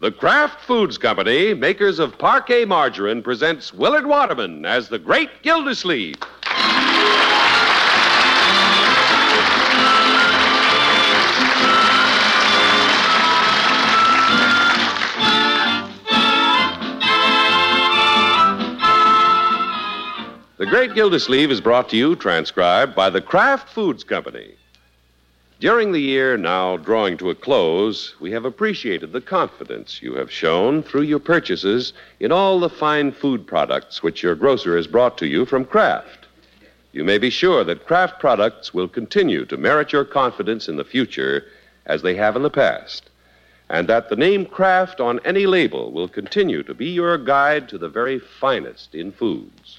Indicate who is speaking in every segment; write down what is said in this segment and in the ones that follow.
Speaker 1: The Kraft Foods Company, makers of parquet margarine, presents Willard Waterman as the Great Gildersleeve. The Great Gildersleeve is brought to you, transcribed by the Kraft Foods Company. During the year now drawing to a close, we have appreciated the confidence you have shown through your purchases in all the fine food products which your grocer has brought to you from Kraft. You may be sure that Kraft products will continue to merit your confidence in the future as they have in the past, and that the name Kraft on any label will continue to be your guide to the very finest in foods.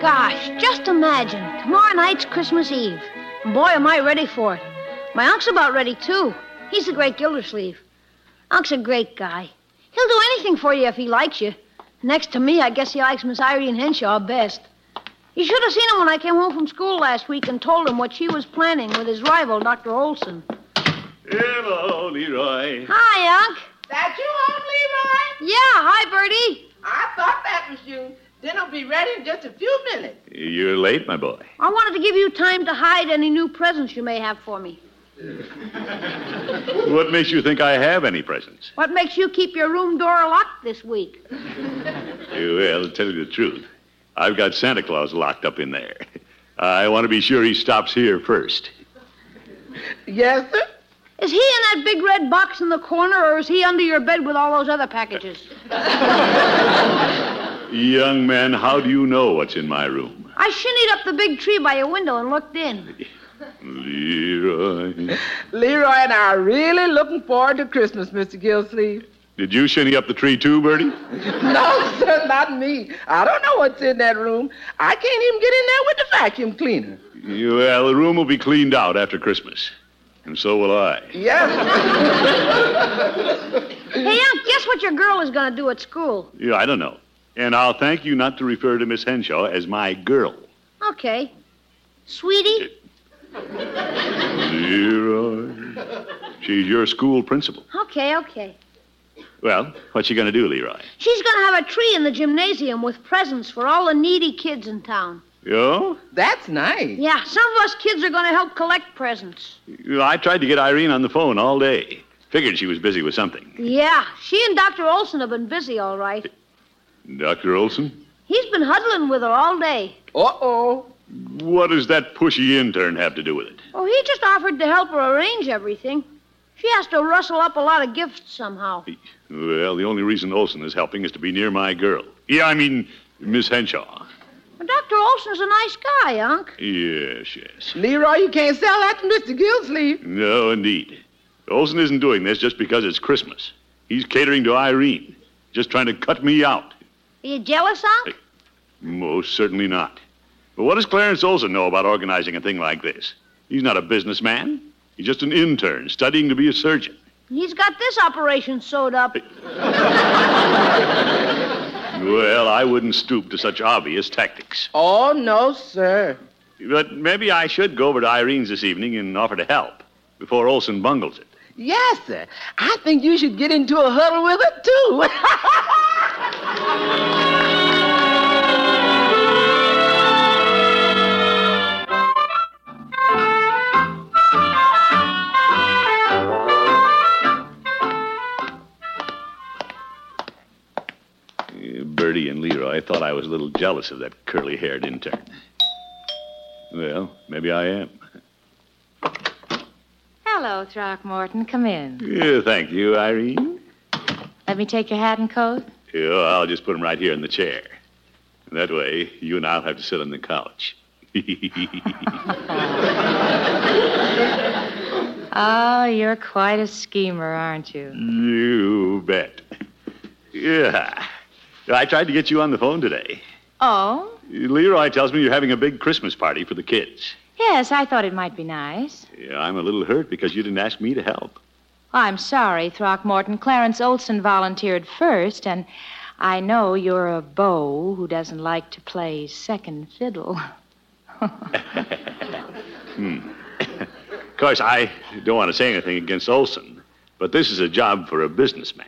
Speaker 2: Gosh, just imagine. Tomorrow night's Christmas Eve. And boy, am I ready for it. My unc's about ready, too. He's the great Gildersleeve. Unc's a great guy. He'll do anything for you if he likes you. Next to me, I guess he likes Miss Irene Henshaw best. You should have seen him when I came home from school last week and told him what she was planning with his rival, Dr. Olson.
Speaker 3: Hello, Leroy.
Speaker 2: Hi, Unc.
Speaker 4: That you home, Leroy?
Speaker 2: Yeah, hi, Bertie.
Speaker 4: I thought that was you. Dinner will be ready in just a few minutes.
Speaker 3: You're late, my boy.
Speaker 2: I wanted to give you time to hide any new presents you may have for me.
Speaker 3: What makes you think I have any presents?
Speaker 2: What makes you keep your room door locked this week?
Speaker 3: Well, to tell you the truth, I've got Santa Claus locked up in there. I want to be sure he stops here first.
Speaker 4: Yes, sir.
Speaker 2: Is he in that big red box in the corner, or is he under your bed with all those other packages?
Speaker 3: Young man, how do you know what's in my room?
Speaker 2: I shinnied up the big tree by your window and looked in.
Speaker 3: Leroy.
Speaker 4: Leroy and I are really looking forward to Christmas, Mr. Gilsleeve.
Speaker 3: Did you shinny up the tree too, Bertie?
Speaker 4: No, sir, not me. I don't know what's in that room. I can't even get in there with the vacuum cleaner.
Speaker 3: Well, the room will be cleaned out after Christmas. And so will I.
Speaker 4: Yes.
Speaker 2: Hey, Unc, guess what your girl is going to do at school?
Speaker 3: Yeah, I don't know. And I'll thank you not to refer to Miss Henshaw as my girl.
Speaker 2: Okay. Sweetie?
Speaker 3: Leroy. She's your school principal.
Speaker 2: Okay, okay.
Speaker 3: Well, what's she going to do, Leroy?
Speaker 2: She's going to have a tree in the gymnasium with presents for all the needy kids in town.
Speaker 3: Yo?
Speaker 4: That's nice.
Speaker 2: Yeah, some of us kids are going to help collect presents.
Speaker 3: I tried to get Irene on the phone all day. Figured she was busy with something.
Speaker 2: Yeah, she and Dr. Olson have been busy, all right.
Speaker 3: Dr. Olson?
Speaker 2: He's been huddling with her all day.
Speaker 4: Uh-oh.
Speaker 3: What does that pushy intern have to do with it?
Speaker 2: Oh, he just offered to help her arrange everything. She has to rustle up a lot of gifts somehow.
Speaker 3: Well, the only reason Olson is helping is to be near my girl. Yeah, I mean, Miss Henshaw.
Speaker 2: But Dr. Olson's a nice guy, Unc.
Speaker 3: Yes, yes.
Speaker 4: Leroy, you can't sell that to Mr. Gilsleeve.
Speaker 3: No, indeed. Olson isn't doing this just because it's Christmas. He's catering to Irene, just trying to cut me out.
Speaker 2: Are you jealous, Unc?
Speaker 3: Most certainly not. But what does Clarence Olson know about organizing a thing like this? He's not a businessman. He's just an intern studying to be a surgeon.
Speaker 2: He's got this operation sewed up.
Speaker 3: Well, I wouldn't stoop to such obvious tactics.
Speaker 4: Oh, no, sir.
Speaker 3: But maybe I should go over to Irene's this evening and offer to help before Olson bungles it.
Speaker 4: Yes, sir. I think you should get into a huddle with it, too.
Speaker 3: Uh, Bertie and Leroy thought I was a little jealous of that curly haired intern. Well, maybe I am.
Speaker 5: Hello, Throckmorton. Come in.
Speaker 3: Yeah, Eh, thank you, Irene.
Speaker 5: Let me take your hat and coat.
Speaker 3: Yeah, I'll just put him right here in the chair. That way, you and I'll have to sit on the couch.
Speaker 5: Oh, you're quite a schemer, aren't you?
Speaker 3: you bet. Yeah. I tried to get you on the phone today.
Speaker 5: Oh?
Speaker 3: Leroy tells me you're having a big Christmas party for the kids.
Speaker 5: Yes, I thought it might be nice.
Speaker 3: Yeah, I'm a little hurt because you didn't ask me to help.
Speaker 5: I'm sorry, Throckmorton. Clarence Olson volunteered first, and I know you're a beau who doesn't like to play second fiddle.
Speaker 3: Hmm. Of course, I don't want to say anything against Olson, but this is a job for a businessman.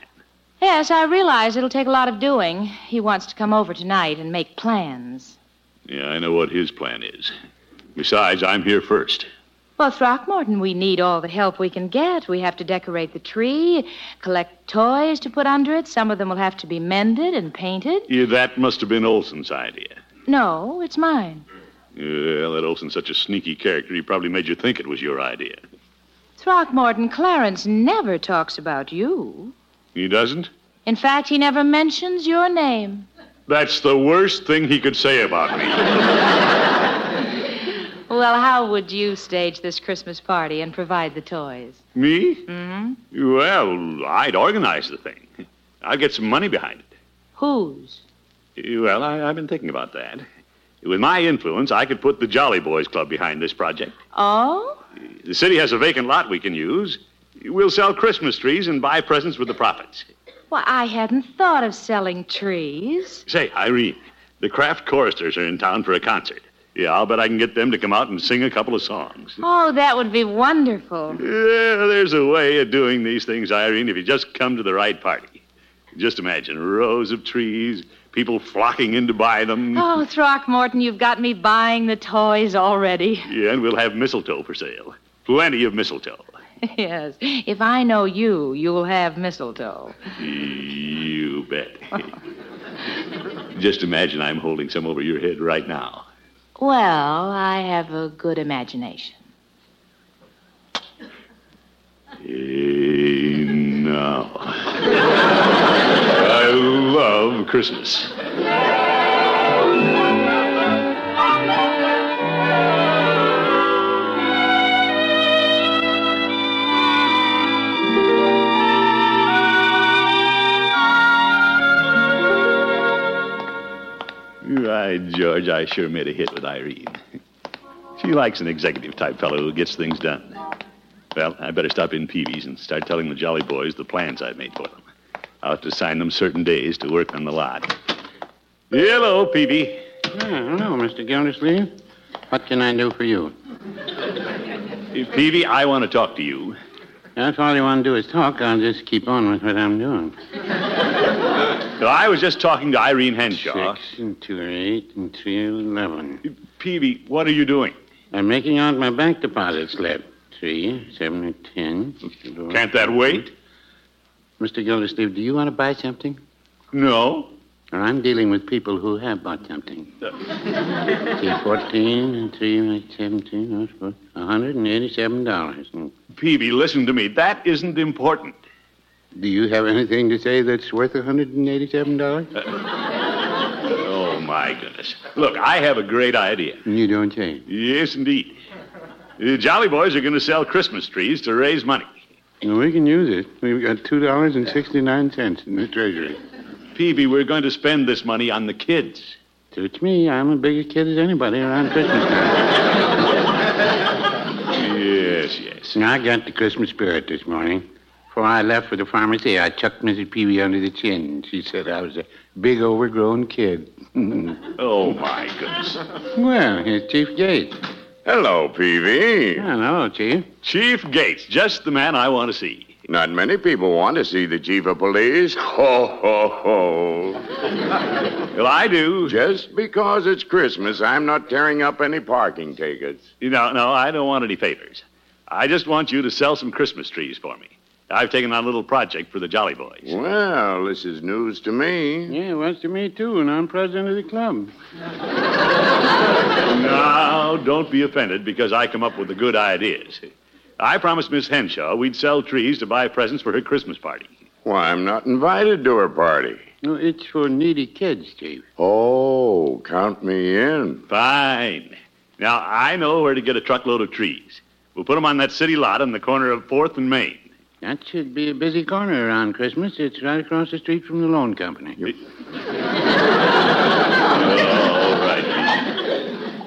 Speaker 5: Yes, I realize it'll take a lot of doing. He wants to come over tonight and make plans.
Speaker 3: Yeah, I know what his plan is. Besides, I'm here first.
Speaker 5: Well, Throckmorton, we need all the help we can get. We have to decorate the tree, collect toys to put under it. Some of them will have to be mended and painted.
Speaker 3: Yeah, that must have been Olson's idea.
Speaker 5: No, it's mine.
Speaker 3: Well, that Olson's such a sneaky character, he probably made you think it was your idea.
Speaker 5: Throckmorton, Clarence never talks about you.
Speaker 3: He doesn't?
Speaker 5: In fact, he never mentions your name.
Speaker 3: That's the worst thing he could say about me.
Speaker 5: Well, how would you stage this Christmas party and provide the toys? Hmm?
Speaker 3: me? Mm-hmm. Well, I'd organize the thing. I'd get some money behind it.
Speaker 5: Whose?
Speaker 3: Well, I, I've been thinking about that. With my influence, I could put the Jolly Boys Club behind this project.
Speaker 5: Oh?
Speaker 3: The city has a vacant lot we can use. We'll sell Christmas trees and buy presents with the profits.
Speaker 5: Well, I hadn't thought of selling trees.
Speaker 3: Say, Irene, the Kraft choristers are in town for a concert. Yeah, I'll bet I can get them to come out and sing a couple of songs.
Speaker 5: Oh, that would be wonderful.
Speaker 3: Yeah, there's a way of doing these things, Irene, if you just come to the right party. Just imagine rows of trees, people flocking in to buy them.
Speaker 5: Oh, Throckmorton, you've got me buying the toys already.
Speaker 3: Yeah, and we'll have mistletoe for sale. Plenty of mistletoe.
Speaker 5: yes. If I know you, you'll have mistletoe.
Speaker 3: You bet. just imagine I'm holding some over your head right now.
Speaker 5: Well, I have a good imagination.
Speaker 3: Eh, no. I love Christmas. Right, George, I sure made a hit with Irene. She likes an executive type fellow who gets things done. Well, I better stop in Peavy's and start telling the Jolly Boys the plans I've made for them. I'll have to assign them certain days to work on the lot. Hello, Peavy.
Speaker 6: Hmm, Hello, Mr. Gildersleeve. What can I do for you?
Speaker 3: Uh, Peavy, I want to talk to you.
Speaker 6: That's all you want to do is talk. I'll just keep on with what I'm doing.
Speaker 3: Now, I was just talking to Irene Henshaw.
Speaker 6: Six and two are eight and three are eleven.
Speaker 3: Peavy, what are you doing?
Speaker 6: I'm making out my bank deposit slip. Three, seven, and ten.
Speaker 3: Can't that wait?
Speaker 6: Mr. Gildersleeve, do you want to buy something?
Speaker 3: No. Uh,
Speaker 6: Or I'm dealing with people who have bought something. Three fourteen and three make seventeen. that's what- $187. And
Speaker 3: Peavy, listen to me. That isn't important.
Speaker 6: Do you have anything to say that's worth $187?
Speaker 3: Oh, my goodness. Look, I have a great idea.
Speaker 6: You don't say.
Speaker 3: Yes, indeed. The Jolly Boys are going to sell Christmas trees to raise money.
Speaker 6: And we can use it. We've got two dollars and sixty-nine cents in the treasury.
Speaker 3: Peavy, we're going to spend this money on the kids.
Speaker 6: Suits me. I'm a bigger kid as anybody around Christmas time.
Speaker 3: Yes, yes.
Speaker 6: Now, I got the Christmas spirit this morning. Before I left for the pharmacy, I chucked Mrs. Peavy under the chin. She said I was a big, overgrown kid.
Speaker 3: Oh, my goodness.
Speaker 6: well, here's Chief Gates.
Speaker 7: Hello, Peavy.
Speaker 6: Hello, Chief.
Speaker 3: Chief Gates, just the man I want to see.
Speaker 7: Not many people want to see the chief of police. Ho, ho, ho.
Speaker 3: Well, I do.
Speaker 7: Just because it's Christmas, I'm not tearing up any parking tickets.
Speaker 3: No, no, I don't want any favors. I just want you to sell some Christmas trees for me. I've taken on a little project for the Jolly Boys.
Speaker 7: Well, this is news to me.
Speaker 6: Yeah, it was to me, too, and I'm president of the club.
Speaker 3: Now, don't be offended because I come up with the good ideas. I promised Miss Henshaw we'd sell trees to buy presents for her Christmas party.
Speaker 7: Why, I'm not invited to her party.
Speaker 6: No, it's for needy kids, Chief.
Speaker 7: Oh, count me in.
Speaker 3: Fine. Now, I know where to get a truckload of trees. We'll put 'em on that city lot on the corner of 4th and Main.
Speaker 6: That should be a busy corner around Christmas. It's right across the street from the loan company.
Speaker 3: All right.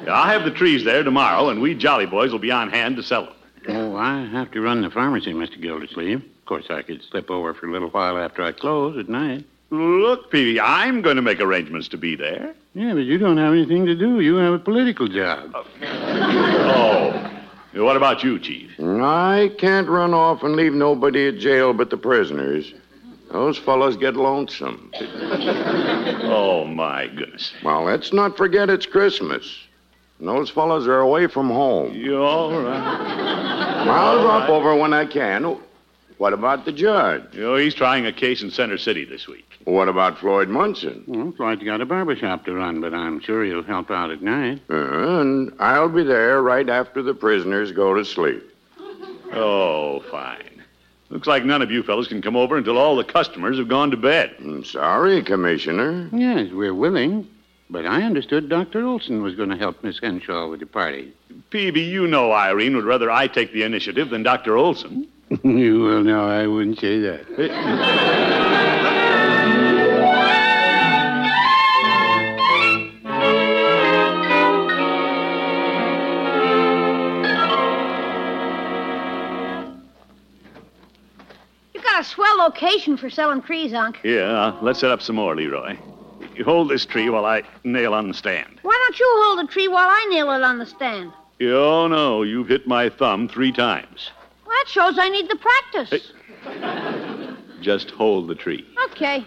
Speaker 3: I'll have the trees there tomorrow, and we Jolly Boys will be on hand to sell them.
Speaker 6: Oh, I have to run the pharmacy, Mr. Gildersleeve. Of course, I could slip over for a little while after I close at night.
Speaker 3: Look, Peavy, I'm going to make arrangements to be there.
Speaker 6: Yeah, but you don't have anything to do. You have a political job.
Speaker 3: Oh. What about you, Chief?
Speaker 7: I can't run off and leave nobody at jail but the prisoners. Those fellows get lonesome.
Speaker 3: Oh, my goodness.
Speaker 7: Well, let's not forget it's Christmas. And those fellows are away from home.
Speaker 3: You all right?
Speaker 7: I'll drop over when I can. Oh, What about the judge?
Speaker 3: You know, Oh, he's trying a case in Center City this week.
Speaker 7: What about Floyd Munson?
Speaker 6: Well, Floyd's got a barber shop to run, but I'm sure he'll help out at night.
Speaker 7: Uh, and I'll be there right after the prisoners go to sleep.
Speaker 3: Oh, fine. Looks like none of you fellas can come over until all the customers have gone to bed.
Speaker 7: I'm Mm, sorry, Commissioner.
Speaker 6: Yes, we're willing. But I understood Dr. Olson was going to help Miss Henshaw with the party.
Speaker 3: Peavy, you know Irene would rather I take the initiative than Dr. Olson.
Speaker 6: you well, no, I wouldn't say that.
Speaker 2: You got a swell location for selling trees, Unc.
Speaker 3: Yeah, let's set up some more, Leroy. You hold this tree while I nail on the stand.
Speaker 2: Why don't you hold the tree while I nail it on the stand?
Speaker 3: Oh, no, you've hit my thumb three times.
Speaker 2: Well, that shows I need the practice.
Speaker 3: Just hold the tree.
Speaker 2: Okay.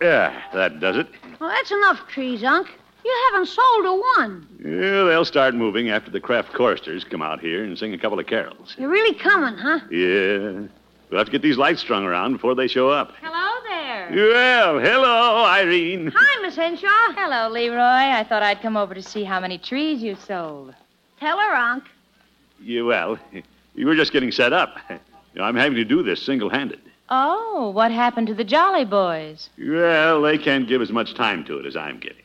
Speaker 3: Yeah, that does it.
Speaker 2: Well, that's enough trees, Unc. You haven't sold a one.
Speaker 3: Yeah, they'll start moving after the craft choristers come out here and sing a couple of carols.
Speaker 2: You're really coming, huh?
Speaker 3: Yeah. We'll have to get these lights strung around before they show up.
Speaker 5: Hello there.
Speaker 3: Well, hello, Irene.
Speaker 2: Hi, Miss Henshaw.
Speaker 5: Hello, Leroy. I thought I'd come over to see how many trees you sold.
Speaker 2: Tell her, Unc.
Speaker 3: Yeah, well, you were just getting set up. I'm having to do this single handed.
Speaker 5: Oh, what happened to the Jolly Boys?
Speaker 3: Well, they can't give as much time to it as I'm getting.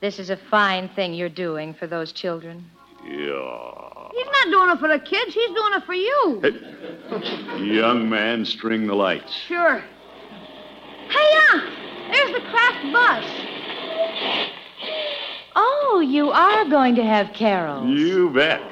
Speaker 5: This is a fine thing you're doing for those children.
Speaker 3: Yeah.
Speaker 2: He's not doing it for the kids. He's doing it for you.
Speaker 3: Young man, string the lights.
Speaker 2: Sure. Hey, Unc. There's the craft bus.
Speaker 5: Oh, you are going to have carols.
Speaker 3: You bet.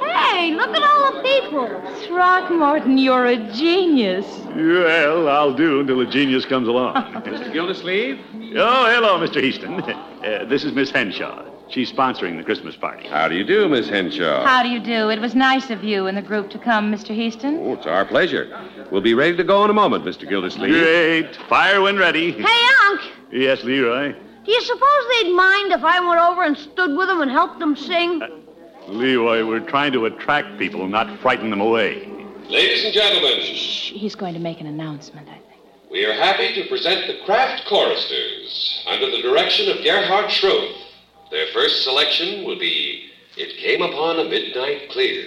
Speaker 2: Hey, look at all the people.
Speaker 5: Throckmorton, you're a genius.
Speaker 3: Well, I'll do until the genius comes along. oh,
Speaker 8: Mr. Gildersleeve?
Speaker 3: hello, Mr. Easton. Uh, this is Miss Henshaw. She's sponsoring the Christmas party.
Speaker 1: How do you do, Miss Henshaw?
Speaker 5: How do you do? It was nice of you and the group to come, Mr. Heaston.
Speaker 1: Oh, it's our pleasure. We'll be ready to go in a moment, Mr. Gildersleeve.
Speaker 3: Great. Fire when ready.
Speaker 2: Hey, Unc.
Speaker 3: Yes, Leroy.
Speaker 2: Do you suppose they'd mind if I went over and stood with them and helped them sing?
Speaker 4: Uh,
Speaker 3: Leroy, we're trying to attract people, not frighten them away.
Speaker 8: Ladies and gentlemen,
Speaker 5: Shh, He's going to make an announcement, I think.
Speaker 8: we are happy to present the Kraft Choristers under the direction of Gerhard Schroth. Their first selection will be It Came Upon a Midnight Clear.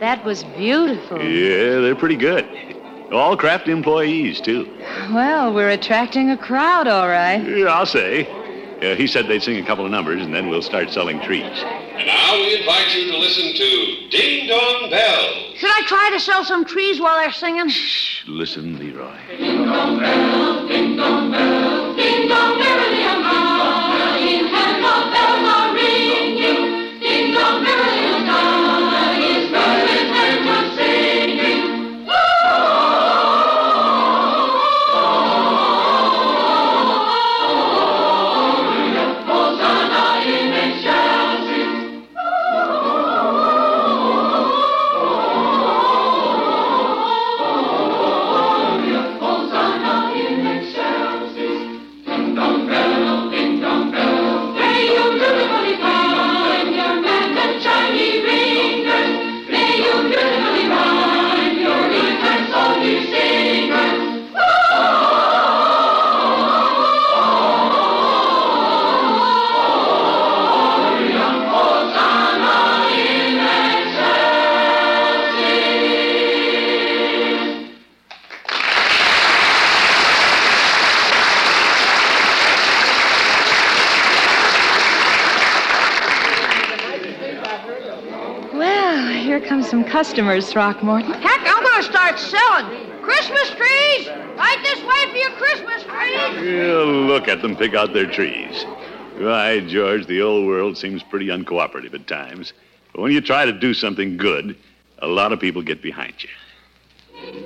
Speaker 5: That was
Speaker 1: Oh.
Speaker 5: beautiful.
Speaker 3: Yeah, they're pretty good. All craft employees, too.
Speaker 5: Well, we're attracting a crowd, all right.
Speaker 3: Yeah, I'll say. Uh, he said they'd sing a couple of numbers, and then we'll start selling trees.
Speaker 8: And now we invite you to listen to Ding Dong Bells.
Speaker 2: Should I try to sell some trees while they're singing?
Speaker 3: Listen, Leroy.
Speaker 5: Well, here come some customers, Throckmorton.
Speaker 2: Heck, I'm gonna start selling. Christmas trees! Right this way for your Christmas trees!
Speaker 3: Yeah, look at them pick out their trees. Why, George, the old world seems pretty uncooperative at times. But when you try to do something good, a lot of people get behind you.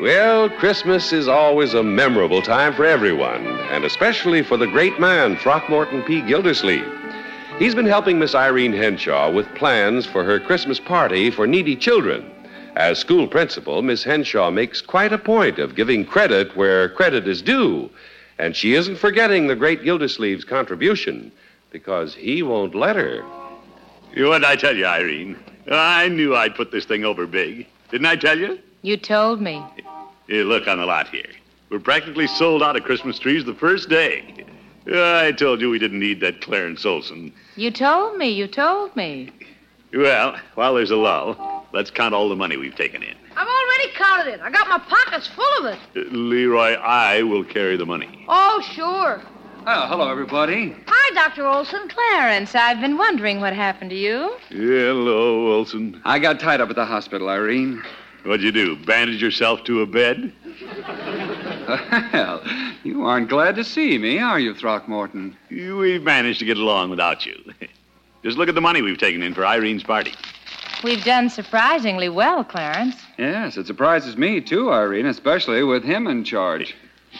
Speaker 1: Well, Christmas is always a memorable time for everyone, and especially for the great man, Throckmorton P. Gildersleeve. He's been helping Miss Irene Henshaw with plans for her Christmas party for needy children. As school principal, Miss Henshaw makes quite a point of giving credit where credit is due, and she isn't forgetting the great Gildersleeve's contribution because he won't let her.
Speaker 3: You know what I tell you, Irene? I knew I'd put this thing over big. Didn't I tell you?
Speaker 5: You told me.
Speaker 3: Hey, look on the lot here. We're practically sold out of Christmas trees the first day. I told you we didn't need that Clarence Olson.
Speaker 5: You told me. You told me.
Speaker 3: Well, while there's a lull, let's count all the money we've taken in.
Speaker 2: I've already counted it. I got my pockets full of it.
Speaker 3: Uh, Leroy, I will carry the money.
Speaker 2: Oh, sure.
Speaker 9: Well, Ah, hello, everybody.
Speaker 2: Hi, Dr. Olson.
Speaker 5: Clarence, I've been wondering what happened to you.
Speaker 3: Hello, Olson.
Speaker 9: I got tied up at the hospital, Irene.
Speaker 3: What'd you do? Bandage yourself to a bed?
Speaker 9: Well, you aren't glad to see me, are you, Throckmorton?
Speaker 3: We've managed to get along without you. Just look at the money we've taken in for Irene's party.
Speaker 5: We've done surprisingly well, Clarence.
Speaker 9: Yes, it surprises me, too, Irene, especially with him in charge.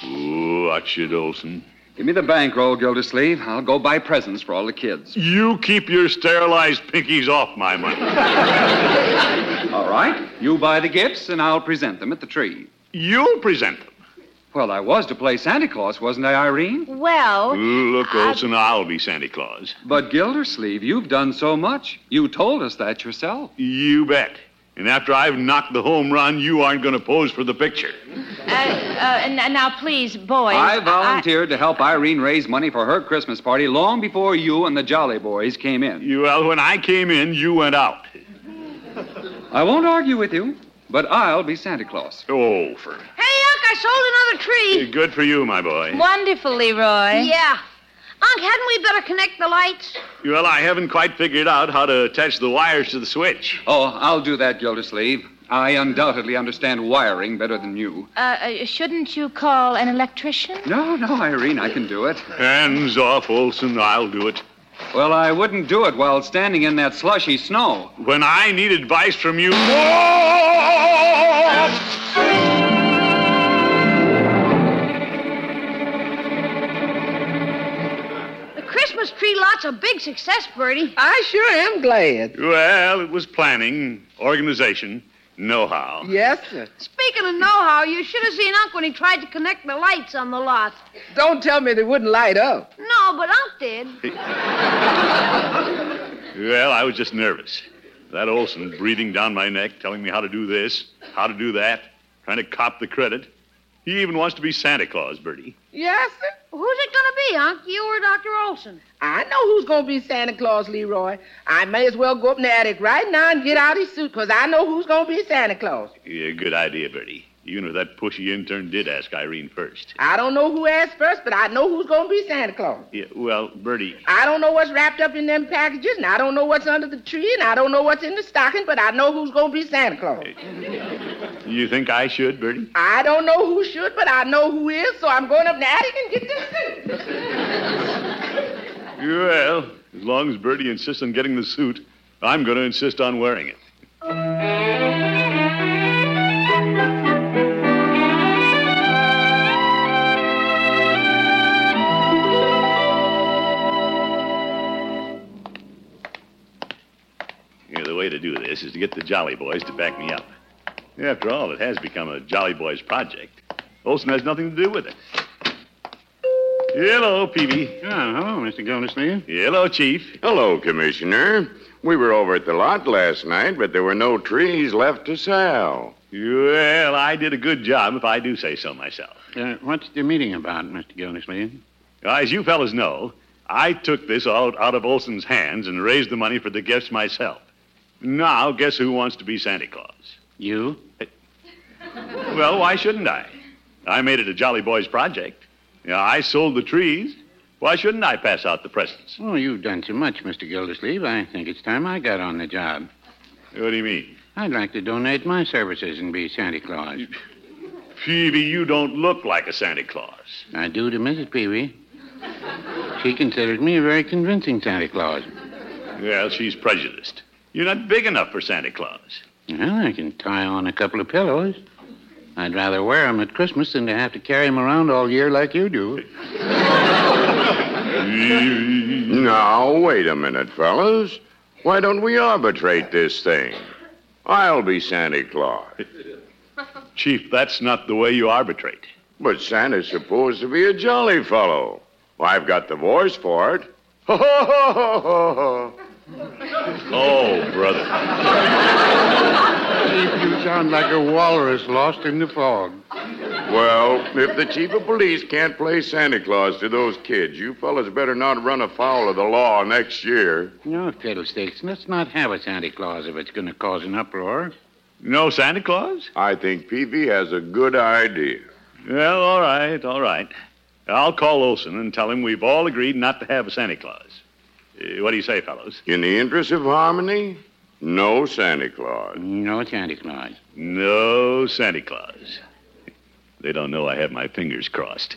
Speaker 3: Ooh, watch it, Olson.
Speaker 9: Give me the bankroll, Gildersleeve. I'll go buy presents for all the kids.
Speaker 3: You keep your sterilized pinkies off my money.
Speaker 9: All right. You buy the gifts, and I'll present them at the tree.
Speaker 3: You'll present them.
Speaker 9: Well, I was to play Santa Claus, wasn't I, Irene?
Speaker 5: Well.
Speaker 3: Look,
Speaker 5: I-
Speaker 3: Olson, I'll be Santa Claus.
Speaker 9: But Gildersleeve, you've done so much. You told us that yourself.
Speaker 3: You bet. And after I've knocked the home run, you aren't going to pose for the picture.
Speaker 5: Uh, uh, n- now, please, uh, boys.
Speaker 9: I volunteered to help Irene raise money for her Christmas party long before you and the Jolly Boys came in.
Speaker 3: You, well, when I came in, you went out.
Speaker 9: I won't argue with you, but I'll be Santa Claus.
Speaker 3: Oh, for
Speaker 2: Hey, Unc, I sold another tree.
Speaker 3: good for you, my boy.
Speaker 5: Wonderful, Leroy.
Speaker 2: Yeah. Unc, hadn't we better connect the lights?
Speaker 3: Well, I haven't quite figured out how to attach the wires to the switch.
Speaker 9: Oh, I'll do that, Gildersleeve. I undoubtedly understand wiring better than you.
Speaker 5: Uh, uh, shouldn't you call an electrician?
Speaker 9: No, no, Irene, I can do it.
Speaker 3: Hands off, Olson. I'll do it.
Speaker 9: Well, I wouldn't do it while standing in that slushy snow.
Speaker 3: When I need advice from you.
Speaker 2: The Christmas tree lot's a big success, Bertie.
Speaker 4: I sure am glad.
Speaker 3: Well, it was planning, organization, know how.
Speaker 4: Yes, sir.
Speaker 2: Speaking of know-how, you should have seen Unc when he tried to connect the lights on the lot.
Speaker 4: Don't tell me they wouldn't light up.
Speaker 2: No, but Unc did.
Speaker 3: Well, I was just nervous. That Olson breathing down my neck, telling me how to do this, how to do that, trying to cop the credit. He even wants to be Santa Claus, Bertie.
Speaker 4: Yes, sir.
Speaker 2: Who's it gonna be, Unc? You or Dr. Olson?
Speaker 4: I know who's going to be Santa Claus, Leroy. I may as well go up in the attic right now and get out his suit, 'cause I know who's going to be Santa Claus.
Speaker 3: Yeah, good idea, Bertie. Even if that pushy intern did ask Irene first.
Speaker 4: I don't know who asked first, but I know who's going to be Santa Claus.
Speaker 3: Yeah, well, Bertie,
Speaker 4: I don't know what's wrapped up in them packages, and I don't know what's under the tree, and I don't know what's in the stocking, but I know who's going to be Santa Claus.
Speaker 3: you think I should, Bertie?
Speaker 4: I don't know who should, but I know who is, so I'm going up in the attic and get this suit.
Speaker 3: Well, as long as Bertie insists on getting the suit, I'm going to insist on wearing it. Yeah, the way to do this is to get the Jolly Boys to back me up. After all, it has become a Jolly Boys project. Olson has nothing to do with it. Hello, Peavy.
Speaker 6: Ah, hello, Mr. Gildersleeve.
Speaker 3: Hello, Chief.
Speaker 7: Hello, Commissioner. We were over at the lot last night, but there were no trees left to sell.
Speaker 3: Well, I did a good job, if I do say so myself.
Speaker 6: Uh, what's the meeting about, Mr. Gildersleeve?
Speaker 3: As you fellas know, I took this all out of Olson's hands and raised the money for the gifts myself. Now, guess who wants to be Santa Claus?
Speaker 6: You?
Speaker 3: Well, why shouldn't I? I made it a Jolly Boys project. You know, I sold the trees. Why shouldn't I pass out the presents?
Speaker 6: Oh, you've done too much, Mr. Gildersleeve. I think it's time I got on the job.
Speaker 3: What do you mean?
Speaker 6: I'd like to donate my services and be Santa Claus.
Speaker 3: Phoebe, you don't look like a Santa Claus.
Speaker 6: I do to Mrs. Peavy. She considers me a very convincing Santa Claus.
Speaker 3: Well, she's prejudiced. You're not big enough for Santa Claus.
Speaker 6: Well, I can tie on a couple of pillows. I'd rather wear 'em at Christmas than to have to carry 'em around all year like you do.
Speaker 7: Now, wait a minute, fellas. Why don't we arbitrate this thing? I'll be Santa Claus.
Speaker 3: Chief, that's not the way you arbitrate.
Speaker 7: But Santa's supposed to be a jolly fellow. I've got the voice for it. Ho, ho, ho, ho, ho, ho.
Speaker 3: Oh, brother.
Speaker 6: You sound like a walrus lost in the fog.
Speaker 7: Well, if the chief of police can't play Santa Claus to those kids, you fellas better not run afoul of the law next year.
Speaker 6: No, fiddlesticks. Let's not have a Santa Claus if it's going to cause an uproar.
Speaker 3: No Santa Claus?
Speaker 7: I think PB has a good idea.
Speaker 3: Well, all right, all right. I'll call Olson and tell him we've all agreed not to have a Santa Claus. Uh, what do you say, fellows?
Speaker 7: In the interest of harmony, no Santa Claus.
Speaker 6: No Santa Claus.
Speaker 3: No Santa Claus. They don't know I have my fingers crossed.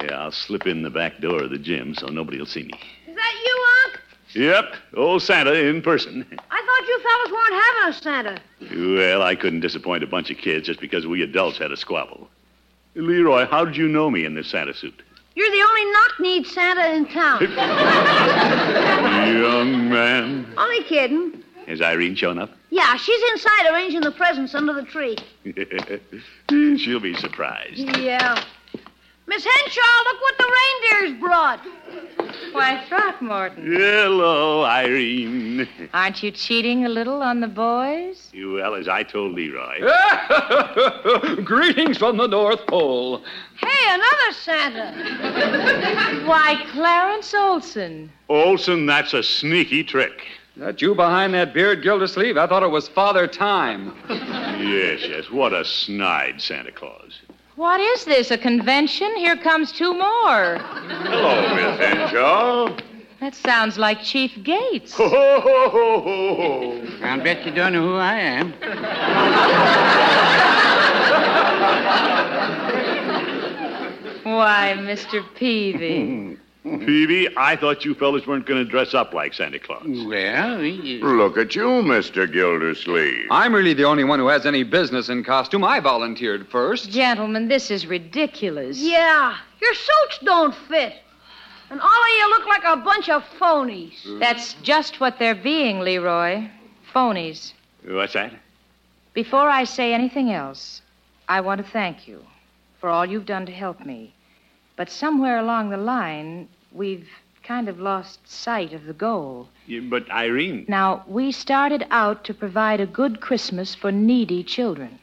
Speaker 3: Yeah, I'll slip in the back door of the gym so nobody will see me.
Speaker 2: Is that you, Unc?
Speaker 3: Yep, old Santa in person.
Speaker 2: I thought you fellas weren't having a Santa.
Speaker 3: Well, I couldn't disappoint a bunch of kids just because we adults had a squabble. Leroy, how did you know me in this Santa suit?
Speaker 2: You're the only knock-kneed Santa in town.
Speaker 3: You young man.
Speaker 2: Only kidding.
Speaker 3: Has Irene shown up?
Speaker 2: Yeah, she's inside arranging the presents under the tree.
Speaker 3: She'll be surprised.
Speaker 2: Yeah. Miss Henshaw, look what the reindeer's brought.
Speaker 5: Why, Throckmorton,
Speaker 3: Hello, Irene.
Speaker 5: aren't you cheating a little on the boys?
Speaker 3: Well, as I told Leroy.
Speaker 9: Greetings from the North Pole.
Speaker 2: Hey, another Santa.
Speaker 5: Why, Clarence Olson.
Speaker 3: Olson, that's a sneaky trick.
Speaker 9: That you behind that beard, Gildersleeve? I thought it was Father Time.
Speaker 3: Yes, yes. What a snide Santa Claus.
Speaker 5: What is this, a convention? Here comes two more.
Speaker 3: Hello, Miss Henshaw.
Speaker 5: That sounds like Chief Gates.
Speaker 3: Ho, ho, ho, ho, ho, ho.
Speaker 6: I'll bet you don't know who I am.
Speaker 5: Why, Mr. Peavy.
Speaker 3: Phoebe, I thought you fellas weren't going to dress up like Santa Claus.
Speaker 6: Well, we,
Speaker 7: Look at you, Mr. Gildersleeve.
Speaker 9: I'm really the only one who has any business in costume. I volunteered first.
Speaker 5: Gentlemen, this is ridiculous.
Speaker 2: yeah, your suits don't fit. And all of you look like a bunch of phonies.
Speaker 5: That's just what they're being, Leroy. Phonies.
Speaker 3: What's that?
Speaker 5: Before I say anything else, I want to thank you for all you've done to help me. But somewhere along the line, we've kind of lost sight of the goal.
Speaker 3: You- But Irene.
Speaker 5: Now, we started out to provide a good Christmas for needy children,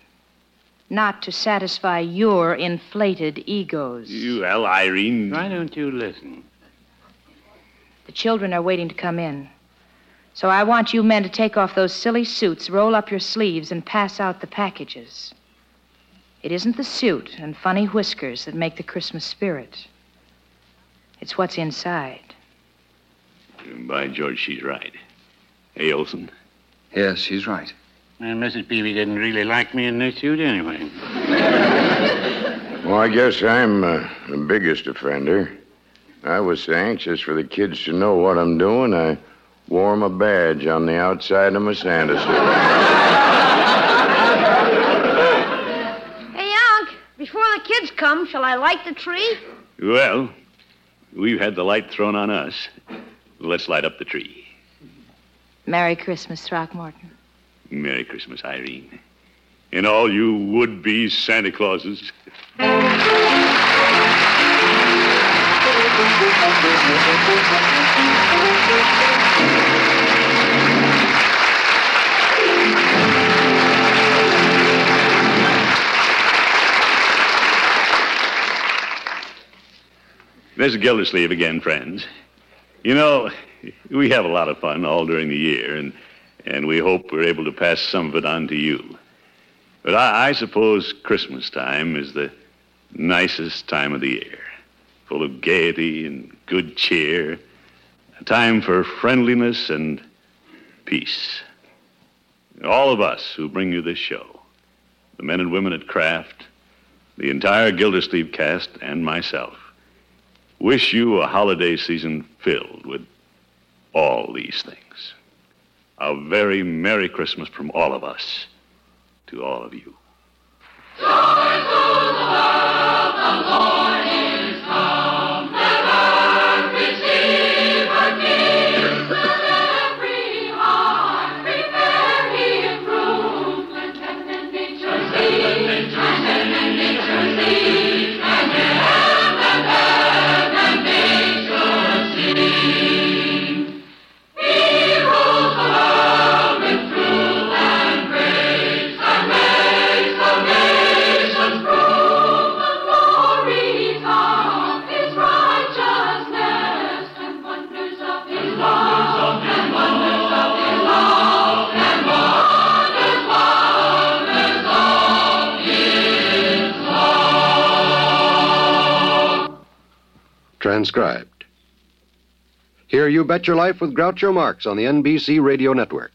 Speaker 5: not to satisfy your inflated egos.
Speaker 3: You, well, Irene.
Speaker 6: why don't you listen?
Speaker 5: The children are waiting to come in. So I want you men to take off those silly suits, roll up your sleeves, and pass out the packages. It isn't the suit and funny whiskers that make the Christmas spirit. It's what's inside.
Speaker 3: By George, she's right. Hey, Olson.
Speaker 9: Yes, she's right.
Speaker 6: And Mrs. Peavy didn't really like me in this suit anyway.
Speaker 7: Well, I guess I'm uh, the biggest offender. I was so anxious for the kids to know what I'm doing, I wore my badge on the outside of my Santa suit.
Speaker 2: Hey, Unc, before the kids come, shall I light the tree?
Speaker 3: Well, we've had the light thrown on us. Let's light up the tree.
Speaker 5: Merry Christmas, Throckmorton.
Speaker 3: Merry Christmas, Irene. And all you would be Santa Clauses. This is Gildersleeve again, friends. You know, we have a lot of fun all during the year, and, and we hope we're able to pass some of it on to you. But I, I suppose Christmas time is the nicest time of the year, full of gaiety and good cheer, a time for friendliness and peace. All of us who bring you this show, the men and women at Kraft, the entire Gildersleeve cast, and myself, wish you a holiday season filled with all these things. A very Merry Christmas from all of us to all of you.
Speaker 10: Transcribed. Hear You Bet Your Life with Groucho Marx on the NBC Radio Network.